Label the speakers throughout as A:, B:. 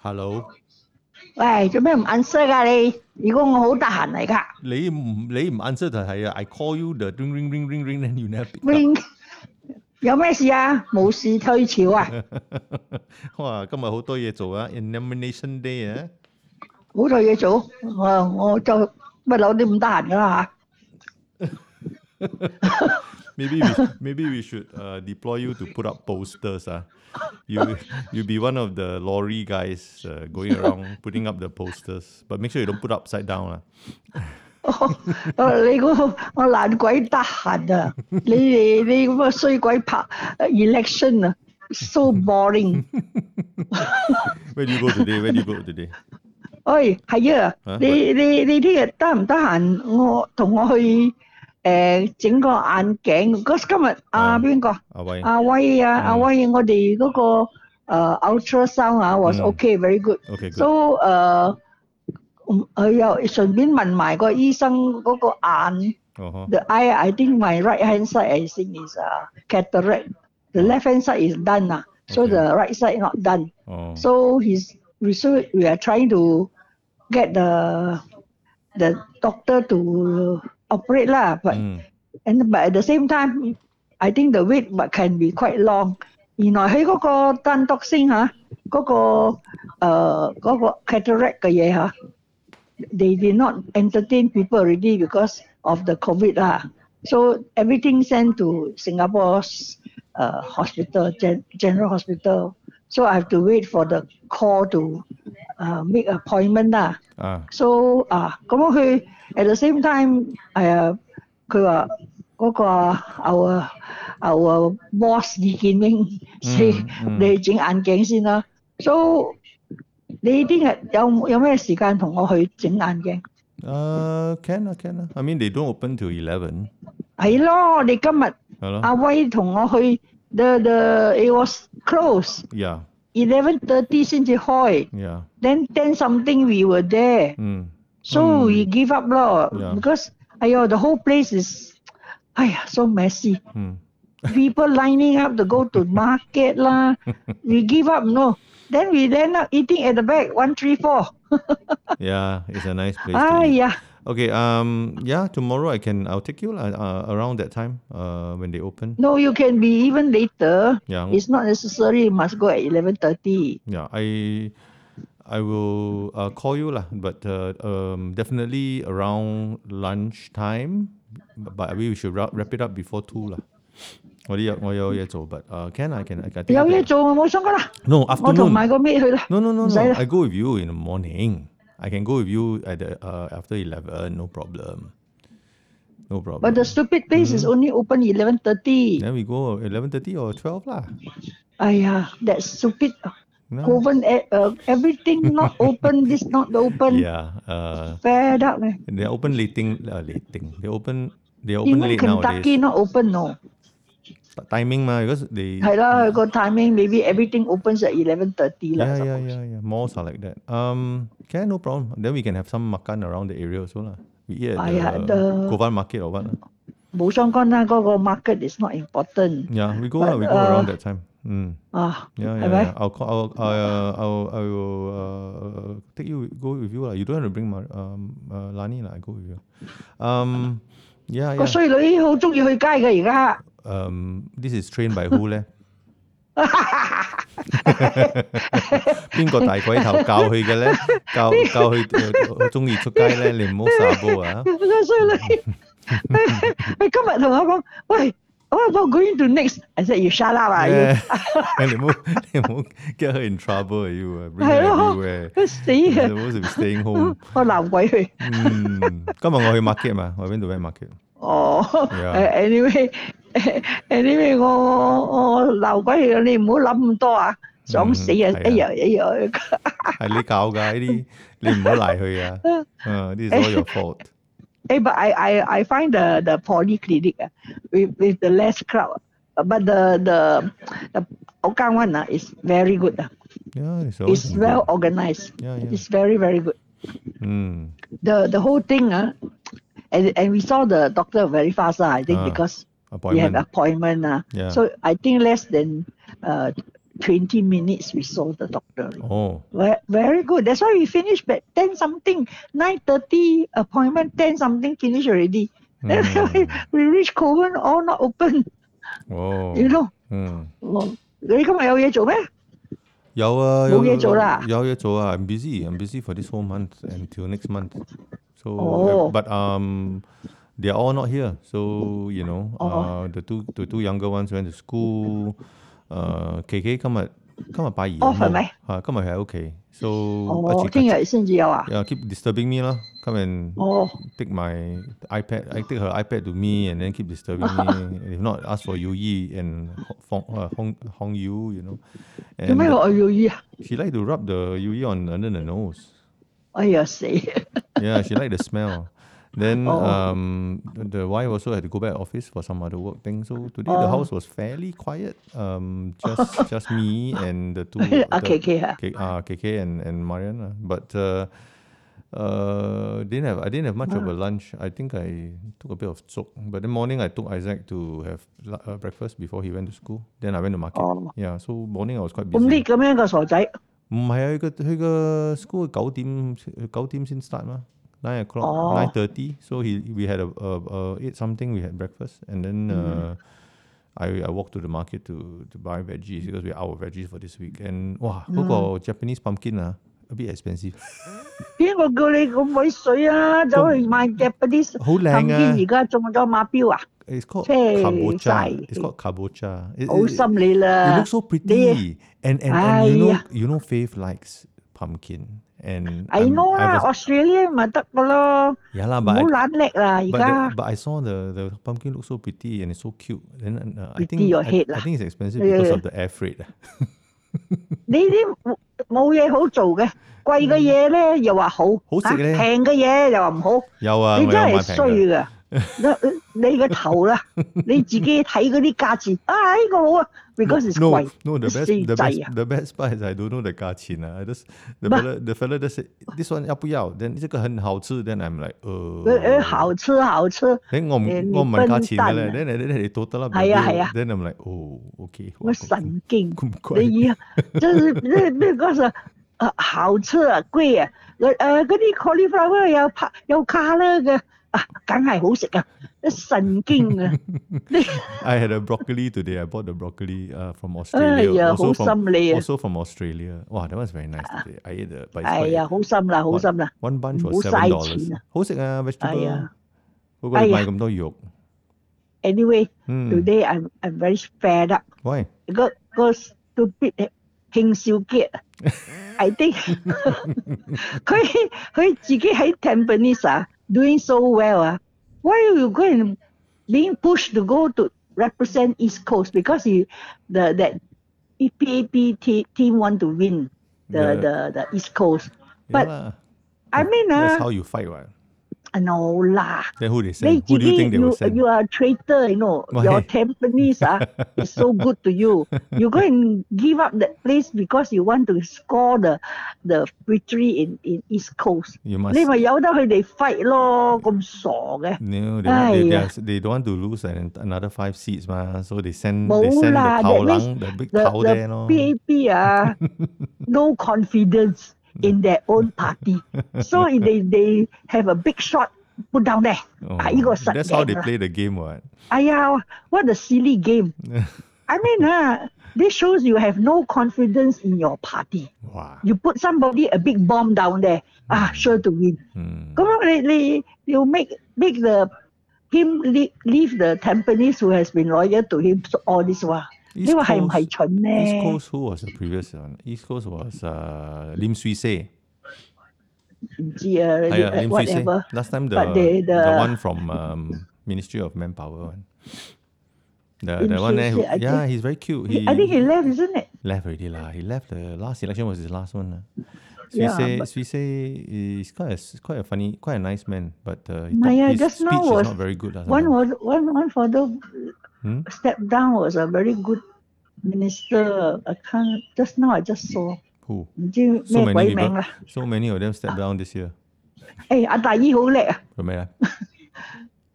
A: Hello，
B: 喂，做咩唔 answer 噶你？如果我好得閒嚟噶
A: 你唔你唔 answer 就係啊，I call you the ring ring ring ring ring and you never pick
B: ，ring 有咩事啊？冇事退潮啊！
A: up。哇，今日好多嘢做啊，Elimination Day 啊，
B: 好多嘢做，我我就乜佬都唔得閒噶啦
A: Maybe we, maybe we should uh, deploy you to put up posters. Uh. You you be one of the lorry guys uh, going around putting up the posters, but make sure you don't put upside down. Uh.
B: 嚇你嗰個我爛鬼得閒啊！你哋你咁嘅衰鬼拍 election 啊，so boring！
A: Where do you go today? Where do you go today?
B: 喂，係啊
A: 啊，
B: 你你你聽日得唔得閒？我同我去誒整個眼鏡。嗰今日
A: 啊
B: 啊邊個？
A: Ah, why?
B: 阿威啊，
A: 嗯
B: 阿威，我哋嗰個誒 uh, ultrasound 啊，was
A: 嗯
B: OK very good。
A: Okay, Mm. good.
B: So uh, um, 誒，嗯佢又順便問埋個醫生嗰個眼
A: Uh-huh.
B: ，the eye I think my right hand side I think is 啊 cataract。The left hand side is done 啊，so
A: Okay.
B: the right side not done。
A: Oh.
B: So his research we are trying to get the the doctor to operate lah, but
A: Mm.
B: And but at the same time, I think the wait but can be quite long. 原來喺嗰個單獨星嚇，嗰、個誒嗰、個 ờ, cataract 嘅嘢嚇，they did not entertain people already because of the COVID 啦。So everything sent to Singapore's 誒、hospital, gen, general hospital. So I have to wait for the call to 誒、make appointment 啦。
A: Ah.
B: So à, 啊，咁樣佢 at the same time à, 係啊，佢話嗰個 our our boss 李建英先，
A: 嗯
B: 你整眼鏡先啦。So 你聽日有有咩時間同我去整眼鏡？
A: Uh, can uh, can uh. I mean they don't open till eleven.
B: 係咯，你今日
A: Hello.
B: 阿威同我去 the the it was close
A: Yeah.
B: eleven thirty 先至開
A: Yeah.
B: ，then ten something we were there。
A: Mm.
B: So we give up lah
A: Hmm. Yeah.
B: because ayo the whole place is !aiya! so messy.
A: Mm.
B: People lining up to go to market lah. we give up no. Then we end up eating at the back one three four.
A: Yeah, it's a nice place. to eat.
B: Aiyah,
A: Okay. Um. Yeah. Tomorrow I can. I'll take you lah, uh, around that time. Uh, when they open.
B: no, you can be even later.
A: Yeah.
B: It's not necessary. You must go at eleven thirty.
A: Yeah. I. I will uh, call you lah, but uh, um, definitely around lunchtime. But we should wrap, wrap it up before two lah. 我有我有嘢做 but uh, can I can I, I think I
B: 有
A: can-
B: 嘢做我冇想噶啦，
A: No
B: 我同
A: afternoon.
B: 埋個咩去啦？
A: No, no, no, no.
B: 唔使啦。
A: I go with you in the morning. I can go with you at the, uh, after 11. No problem. No problem.
B: But the stupid place is
A: Hmm.
B: only open eleven thirty.
A: then we go 11.30 or 12 lah.
B: Aiyah, that stupid
A: No.
B: Kovan, eh, uh, everything not open. This not open.
A: Yeah. Uh,
B: Fed up man.
A: they open lating. Uh, lating. They open they open
B: Even
A: late
B: Kentucky
A: nowadays.
B: not open no.
A: T- Timing mah because they...
B: 係啦，個 timing maybe everything opens at eleven thirty
A: Yeah,
B: 啦。
A: yeah, yeah, yeah. Malls are like that. Um, can no problem. Then we can have some makan around the area also lah. We eat at
B: Ah,
A: the,
B: yeah, the-
A: Kovan Market or what lah.
B: 冇相干啦，嗰個 market is not important À,
A: Yeah, we go
B: But,
A: lah. We go around
B: uh,
A: that time. Mm.
B: 啊，
A: Yeah, yeah,
B: 係咪
A: yeah.？I'll call. I'll, I, uh, I'll, I will uh, take you go with you lah. You don't have to bring my um uh, Lani lah. I go with you. Um, yeah,
B: 個
A: yeah.
B: 衰女好中意去街嘅而家，
A: Um, this is trained by who 咧？邊個大鬼頭教佢嘅咧？教教佢中意出街咧？你唔好耍波啊！
B: 個衰女，佢今日同我講，喂。我我 going to next，I said you shut up 啊！
A: Yeah. 你唔好你唔好 get her in trouble 啊！You 啊，bring her
B: 係咯
A: everywhere.
B: 佢死
A: You're
B: 啊！
A: supposed to be staying home.
B: 我鬧鬼佢。
A: 嗯，今日我去 market 嘛，我去邊度 market？
B: 哦，
A: Yeah.
B: 誒 anyway anyway，我我我鬧鬼佢，你唔好諗咁多啊！想死啊！
A: 嗯係啊
B: 哎呀哎呀！
A: 係你教㗎呢啲，你唔好賴佢啊！啊，呢啲 all ờ, your fault。
B: Eh, but I, I, I find the, the polyclinic uh, with, with the less crowd. Uh, But the the, the Hougang one uh, is very good. Uh.
A: Yeah, it's always
B: It's
A: been
B: well organized.
A: Yeah, yeah.
B: It's very very good.
A: good. 嗯
B: The the whole thing uh, and and we saw the doctor very fast uh, I think
A: Ah,
B: because we have ah.
A: ，appointment。
B: appointment uh.
A: Yeah.
B: So I think less than uh 20 minutes we saw the doctor.
A: Oh,
B: Ve- Very good. That's why we finished at 10 something, 9.30 appointment, 10 something finish already. Then
A: Mm.
B: we reach Kovan, all not open,
A: oh.
B: you know.
A: 嗯，
B: Oh, Very come out here, Joe,
A: 有啊，
B: 冇
A: 有
B: 嘢做啦
A: 有嘢做啊。I'm busy. I'm busy for this whole month until next month. So,
B: Oh.
A: but um, they are all not here. So you know,
B: Oh.
A: uh, the two the two younger ones went to school. Uh, K K 今日今日拜二
B: Off 係咪
A: 啊，今日喺屋企。So
B: 哦，
A: 一直
B: 聽日先至有啊？
A: Oh, yeah keep disturbing me 啦。Come and
B: 哦，
A: take my iPad. I take her iPad to me and then keep disturbing me. if not, ask for Yu Yi and Hong uh, Hong Hong Yu. You know.
B: 做
A: And
B: 咩我要醫啊？
A: She like to rub the Yui on under the nose.
B: 哎呀死！
A: Yeah, she like the smell. Then
B: Oh.
A: um, the the wife also had to go back office for some other work thing. So today the
B: Oh.
A: house was fairly quiet. Um, just just me and the two.
B: Ah,
A: the-
B: KK, huh?
A: K, uh, KK and and Mariana. But uh, uh, didn't have I didn't have much of a
B: Ah.
A: lunch. I think I took a bit of soup. But the morning I took Isaac to have lu- uh, breakfast before he went to school. Then I went to market.
B: Oh.
A: Yeah, so morning I was quite
B: 咁
A: busy.
B: 啲咁樣嘅傻仔，
A: 唔係啊，佢個佢個 school 九點九點先 start 嘛，nine o'clock
B: 哦
A: nine thirty。So he we had a a a eat something. We had breakfast and then、uh,
B: Mm-hmm.
A: I I walked to the market to to buy veggies because we are out of veggies for this week. And 哇，
B: Mm.
A: 嗰、個 Japanese pumpkin 啊，a bit expensive，
B: 邊個叫你咁鬼水啊？走去買夾嗰啲
A: 好靚
B: 藤
A: 啊
B: 而家中咗馬標啊！
A: ！It's called
B: 真係
A: kabocha.
B: 曬
A: It's called kabocha. It,
B: 好
A: it,
B: 心你
A: it
B: 啦
A: looks，so pretty.
B: ah. They-
A: And and, and you know
B: 哎呀
A: you know Faith likes pumpkin. And
B: I
A: I'm-
B: know ah,
A: I
B: 啊
A: was-
B: ，Australia 咪得噶咯，
A: yeah lah,
B: 唔
A: but
B: 好
A: I-
B: 懶叻啦，而
A: But, the,
B: 家
A: but I saw the, the pumpkin look so pretty and it's so cute. Then uh, I
B: Pretty
A: think
B: your
A: I,
B: head
A: I
B: lah.
A: think it's expensive because
B: Yeah.
A: of the air freight.
B: 你啲冇冇嘢好做嘅，貴嘅嘢咧又話好，
A: 嗯好食
B: 啊
A: 咧
B: 平嘅嘢又話唔好。
A: 有啊，
B: 你
A: 我有
B: 真
A: 買
B: 係
A: 平
B: 衰
A: 嘅。
B: 㗎， 你你個頭啦，你自己睇嗰啲價錢， 啊呢個好啊，because it's
A: No,
B: 貴，
A: no. The best,
B: 四
A: the
B: 仔
A: best,
B: 啊，
A: the best part is I don't know the 價錢啊。I just the
B: 不
A: fella, the fella just said this one 要不要？Then 呢個很好吃。Then I'm like，"Oh."
B: 佢佢
A: 呃，
B: 好吃好吃，
A: 誒我唔
B: 誒
A: 我唔問價錢嘅
B: 你
A: 咧。
B: 笨
A: Then then then 你多得啦。
B: 係啊係啊
A: Then I'm like，哦，OK，哇 "Oh,
B: 我神經，
A: 咁咁
B: 你
A: 貴。
B: 以後真係咩咩嗰時啊好吃啊貴啊，誒誒嗰啲 cauliflower 有拍有卡啦嘅，啊梗係好食 啊，神經啊，
A: I had a broccoli today. I bought the broccoli uh, from
B: 哎
A: Australia.
B: 呀
A: also
B: 好
A: from
B: 心你啊，
A: also from Australia. Wow, that one's very nice
B: Ah.
A: today. I ate the but it's
B: 哎
A: quite,
B: 呀好心啦好心啦，
A: one bunch was
B: 唔好
A: seven
B: 嘥錢
A: dollars.
B: 啊
A: 好食啊
B: 哎
A: ，vegetable
B: 呀。
A: 不過你
B: 哎
A: 買
B: 呀
A: 咁多肉，
B: Anyway,
A: 嗯
B: today I'm I'm very fed up.
A: Hmm, ，why？
B: 個個 stupid 慶少傑啊，I think 佢佢自己喺 Tampines 啊，doing so well 啊，why you go and being pushed to go to represent East Coast because you the that E EPAP te- team want to win
A: Yeah.
B: the the the East Coast. But
A: Yeah lah,
B: I mean uh,
A: that's how
B: 啊
A: you fight what?
B: ，no 啦。
A: Then who they
B: 你
A: send?
B: 自
A: Who do you
B: 己
A: think they will
B: you uh,
A: send?
B: you are a traitor you know
A: Why?
B: your Tampines ah is so good to you you go and give up that place because you want to score the the victory in in East Coast
A: You must.
B: 你咪由得佢哋 fight 咯咁傻嘅
A: No, they,
B: Ah,
A: want- they, they, are,
B: 哎呀。
A: they don't want to lose an, another five seats 嘛，so they send they
B: 冇
A: send the
B: 啦
A: tao
B: that means
A: lang the big
B: the
A: tao there
B: the
A: 咯。
B: PAP 啊 ah, no confidence in their own party so if they they have a big shot put down there Ah, 啊呢
A: Oh,
B: 個
A: that's how they
B: 實嘅。
A: play the game what?
B: 哎呀，what a silly game！I mean, uh, this shows you have no confidence in your party.
A: 哇，
B: You put somebody a big bomb down there, ah,
A: Mm.
B: sure to win.
A: 嗯
B: Come on, they, they, you make make the him leave, leave the Tampines who has been loyal to him so all this while.
A: East
B: 你話係唔
A: Coast-
B: 係蠢呢
A: East Coast who was the previous one? East Coast was uh, Lim Swee Say.
B: 唔知啊你
A: 係啊，Lim Swee Say.
B: uh, ，whatever。
A: Last time the,
B: But they-
A: the
B: the-
A: one from um, Ministry of Manpower one. The,
B: Lim
A: the one
B: Swee
A: there, who,
B: Say, I
A: yeah, he's very cute. He,
B: I think he left, isn't it?
A: left already lah. He left the last election was his last one. lah. Swee
B: Yeah,
A: Say,
B: but-
A: Swee Say is quite a, s- quite a funny, quite a nice man, but uh, he
B: My,
A: talk-
B: uh,
A: his
B: just now
A: speech is
B: was-
A: not very good. lah
B: One
A: sometimes.
B: was one one for the
A: Hmm?
B: step down was a very good minister. I can't just now I just saw
A: Who?
B: 唔知
A: So
B: 咩
A: many
B: 鬼名
A: people,
B: 啦。
A: so many of them stepped down this year.
B: 誒阿大姨好叻啊！
A: 做咩咧？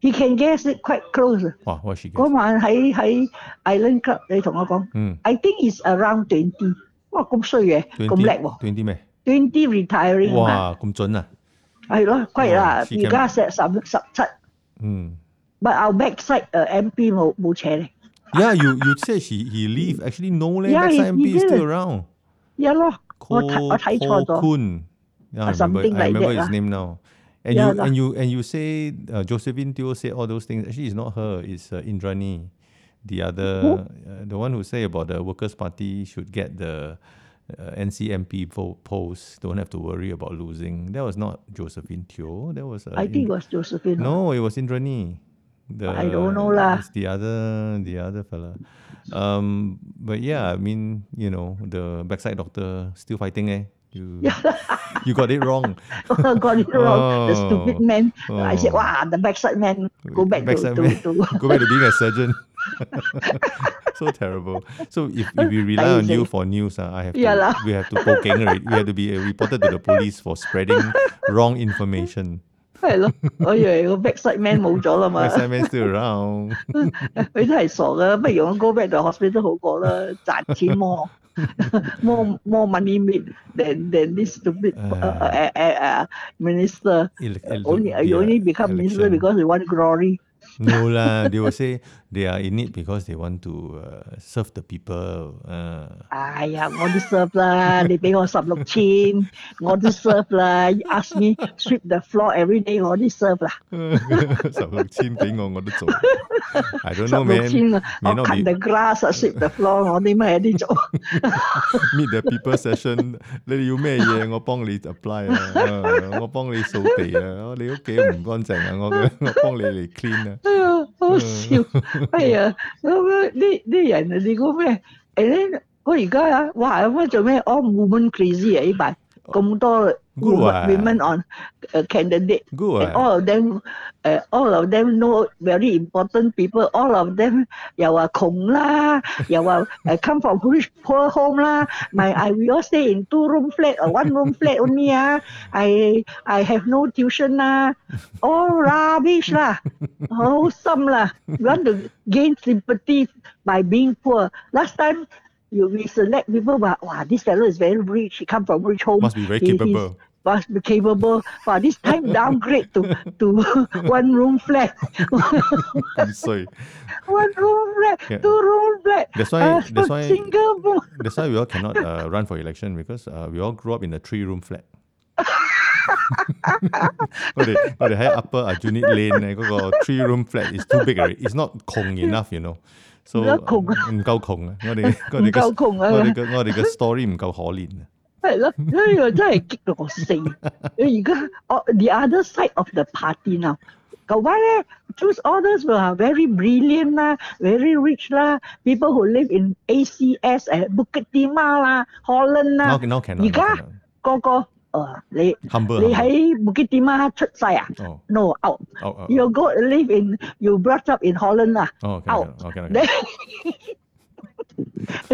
B: he can guess it quite close.
A: 哇，what she gets？Hmm.
B: 嗰晚喺喺 Island Club，你同我講
A: 嗯
B: ，I think is around twenty。哇，咁衰嘅，咁叻喎
A: ，twenty 咩？
B: ，twenty retiring 啊嘛，
A: 哇，咁準啊！
B: 係咯，
A: 哇
B: 虧啦，
A: she can-
B: 而家石十十七
A: 嗯
B: ，but our backside 誒 MP 冇冇扯咧，
A: ，Yeah, you you said he he leave. Actually, no 咧
B: Yeah, he-
A: ，backside
B: he
A: MP is still
B: didn't.
A: around.
B: 一咯，我
A: Cole
B: 睇我睇錯
A: Cole
B: 咗，
A: Kun. Yeah, I remember,
B: something
A: I
B: like
A: remember
B: that
A: his
B: lah.
A: name now. And
B: Yeah
A: you
B: lah.
A: and you and you say uh, Josephine Teo said all those things. Actually, it's not her. It's uh, Indrani, the other, uh, the one who say about the Workers' Party should get the uh, NCMP po- post. Don't have to worry about losing. That was not Josephine Teo. That was uh,
B: I
A: Ind-
B: think was Josephine。
A: no, it was Indrani. The,
B: I don't know lah.
A: It's the other, the other fella. Um, but yeah, I mean, you know, the backside doctor still fighting. Eh, you, you got it wrong.
B: got it wrong. The
A: Oh.
B: stupid man. I said,
A: Oh.
B: wow, the backside man. Go back
A: Backside
B: to,
A: man.
B: to, to.
A: Go back to being a surgeon. so terrible. So if, if we rely on you
B: Amazing.
A: for news, ah, I have
B: Yeah
A: to,
B: lah.
A: we have to poking right. We have to be uh, reported to the police for spreading wrong information.
B: 係咯，我以為個 backside man 冇咗啦嘛，
A: Backside man still around.
B: 佢都係傻嘅，不如我 go back to hospital 好過啦，賺錢 more more more money made than than this stupid
A: 唉
B: uh, uh, uh, uh, minister
A: Ele- ele-
B: only you
A: yeah,
B: only become minister
A: election.
B: because you want glory
A: No lah, they will say they are in it because they want to uh, serve the people. Uh,
B: 哎呀，我都 serve 啦，你俾我十六千，我都 serve 啦。You ask me sweep the floor every day，我都 serve 啦。
A: 十六千俾我，我都做。I don't
B: 十
A: know
B: 六
A: man
B: 千啊！我
A: may not be
B: cut the grass 啊，sweep the floor，我啲咩啲做
A: meet the people session 你哋要咩嘢，我幫你 apply uh, Oh, mm, 啊，啊，我幫你掃地啊，你屋企唔乾淨啊，我-我幫你嚟 clean uh. 啊。
B: 哎呀，好笑！哎呀，咁樣呢啲人啊，你估咩？誒咧，我而家啊，哇咁樣做咩？All women oh, crazy 啊！呢排咁多
A: Good
B: women
A: what?
B: women on 誒 candidate。
A: Good what?
B: And all of them, uh, all of them know very important people. All of them, à, 又話窮啦，又話 uh, come from rich poor home 啦。My I we all stay in two room flat or one room flat only 啊。I I have no tuition 啦，all rubbish 啦，好心啦。You want to gain sympathy by being poor. Last time. You, we select people, but wow, this fellow is very rich. He come from rich home.
A: Must be very
B: He- he's-
A: capable.
B: was capable for this time downgrade to to one room flat,
A: I'm sorry.
B: one room flat,
A: Yeah.
B: two room flat.
A: That's why-
B: uh,
A: that's why-
B: single room.
A: That's why we all cannot uh, run for election because uh, we all grew up in a three room flat. 我哋-我哋喺 Upper Aljunied Lane eh, 呢，嗰個 three room flat is too big already. It's not 窮 enough, you know. So uh,
B: 唔夠窮啊。
A: 唔夠窮啊，我哋-我哋嘅-
B: 唔夠窮啊。
A: 我哋嘅-我哋嘅 story 唔夠可憐啊。
B: 係咯，所以我真係激到我死。而家我 ờ, the other side of the party now，舊班咧 choose others were very brilliant 啦，very rich 啦，people who live in ACS 誒 Bukit Timah 啦，Holland 啦
A: Now-，now cannot,
B: 而
A: now
B: 家
A: cannot.
B: 個個誒你
A: Humble,
B: 你
A: humble.
B: 喺 Bukit Timah 出世啊
A: 哦
B: à? ？No out。
A: Oh, oh, oh.
B: You go live in you brought up in Holland lah.
A: Oh, okay,
B: out.
A: okay, okay, okay.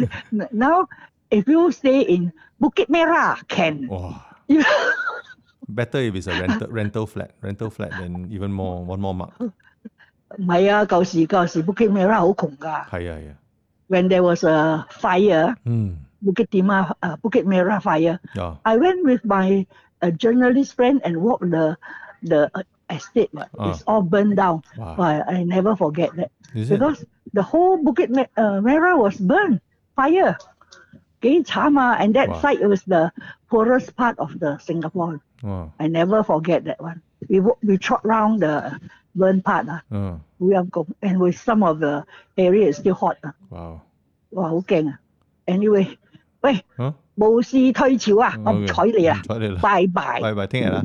B: Then- now if you stay in Bukit Merah can.
A: Wow.
B: You-
A: Better if it's a rental rental flat. Rental flat then even more one more mark.
B: 唔係啊，舊時舊時 Bukit Merah 好窮㗎。
A: 係啊係啊，
B: When there was a fire,
A: 嗯
B: Bukit Timah, uh, Bukit Merah fire,
A: 啊
B: I went with my uh, journalist friend and walked the the uh, estate. but
A: Ah.
B: It's all burned down.
A: 哇
B: But I never forget that.
A: ，is it
B: because the whole Bukit Me- uh, Merah was burned, fire. 几惨啊！And that
A: Wow.
B: site was the poorest part of the Singapore.
A: 哇
B: I never forget that one. We wa- we trot round the burned part 啊，
A: 嗯
B: we have go and with some of the area is still hot ah. 啊，
A: 哇哦
B: 哇好勁啊！Anyway，喂，
A: 啊
B: 無事退潮啊，我唔
A: ，OK，嗯
B: 睬你啦啊
A: 唔，睬你啦，
B: 拜拜。
A: 拜拜，聽日啦。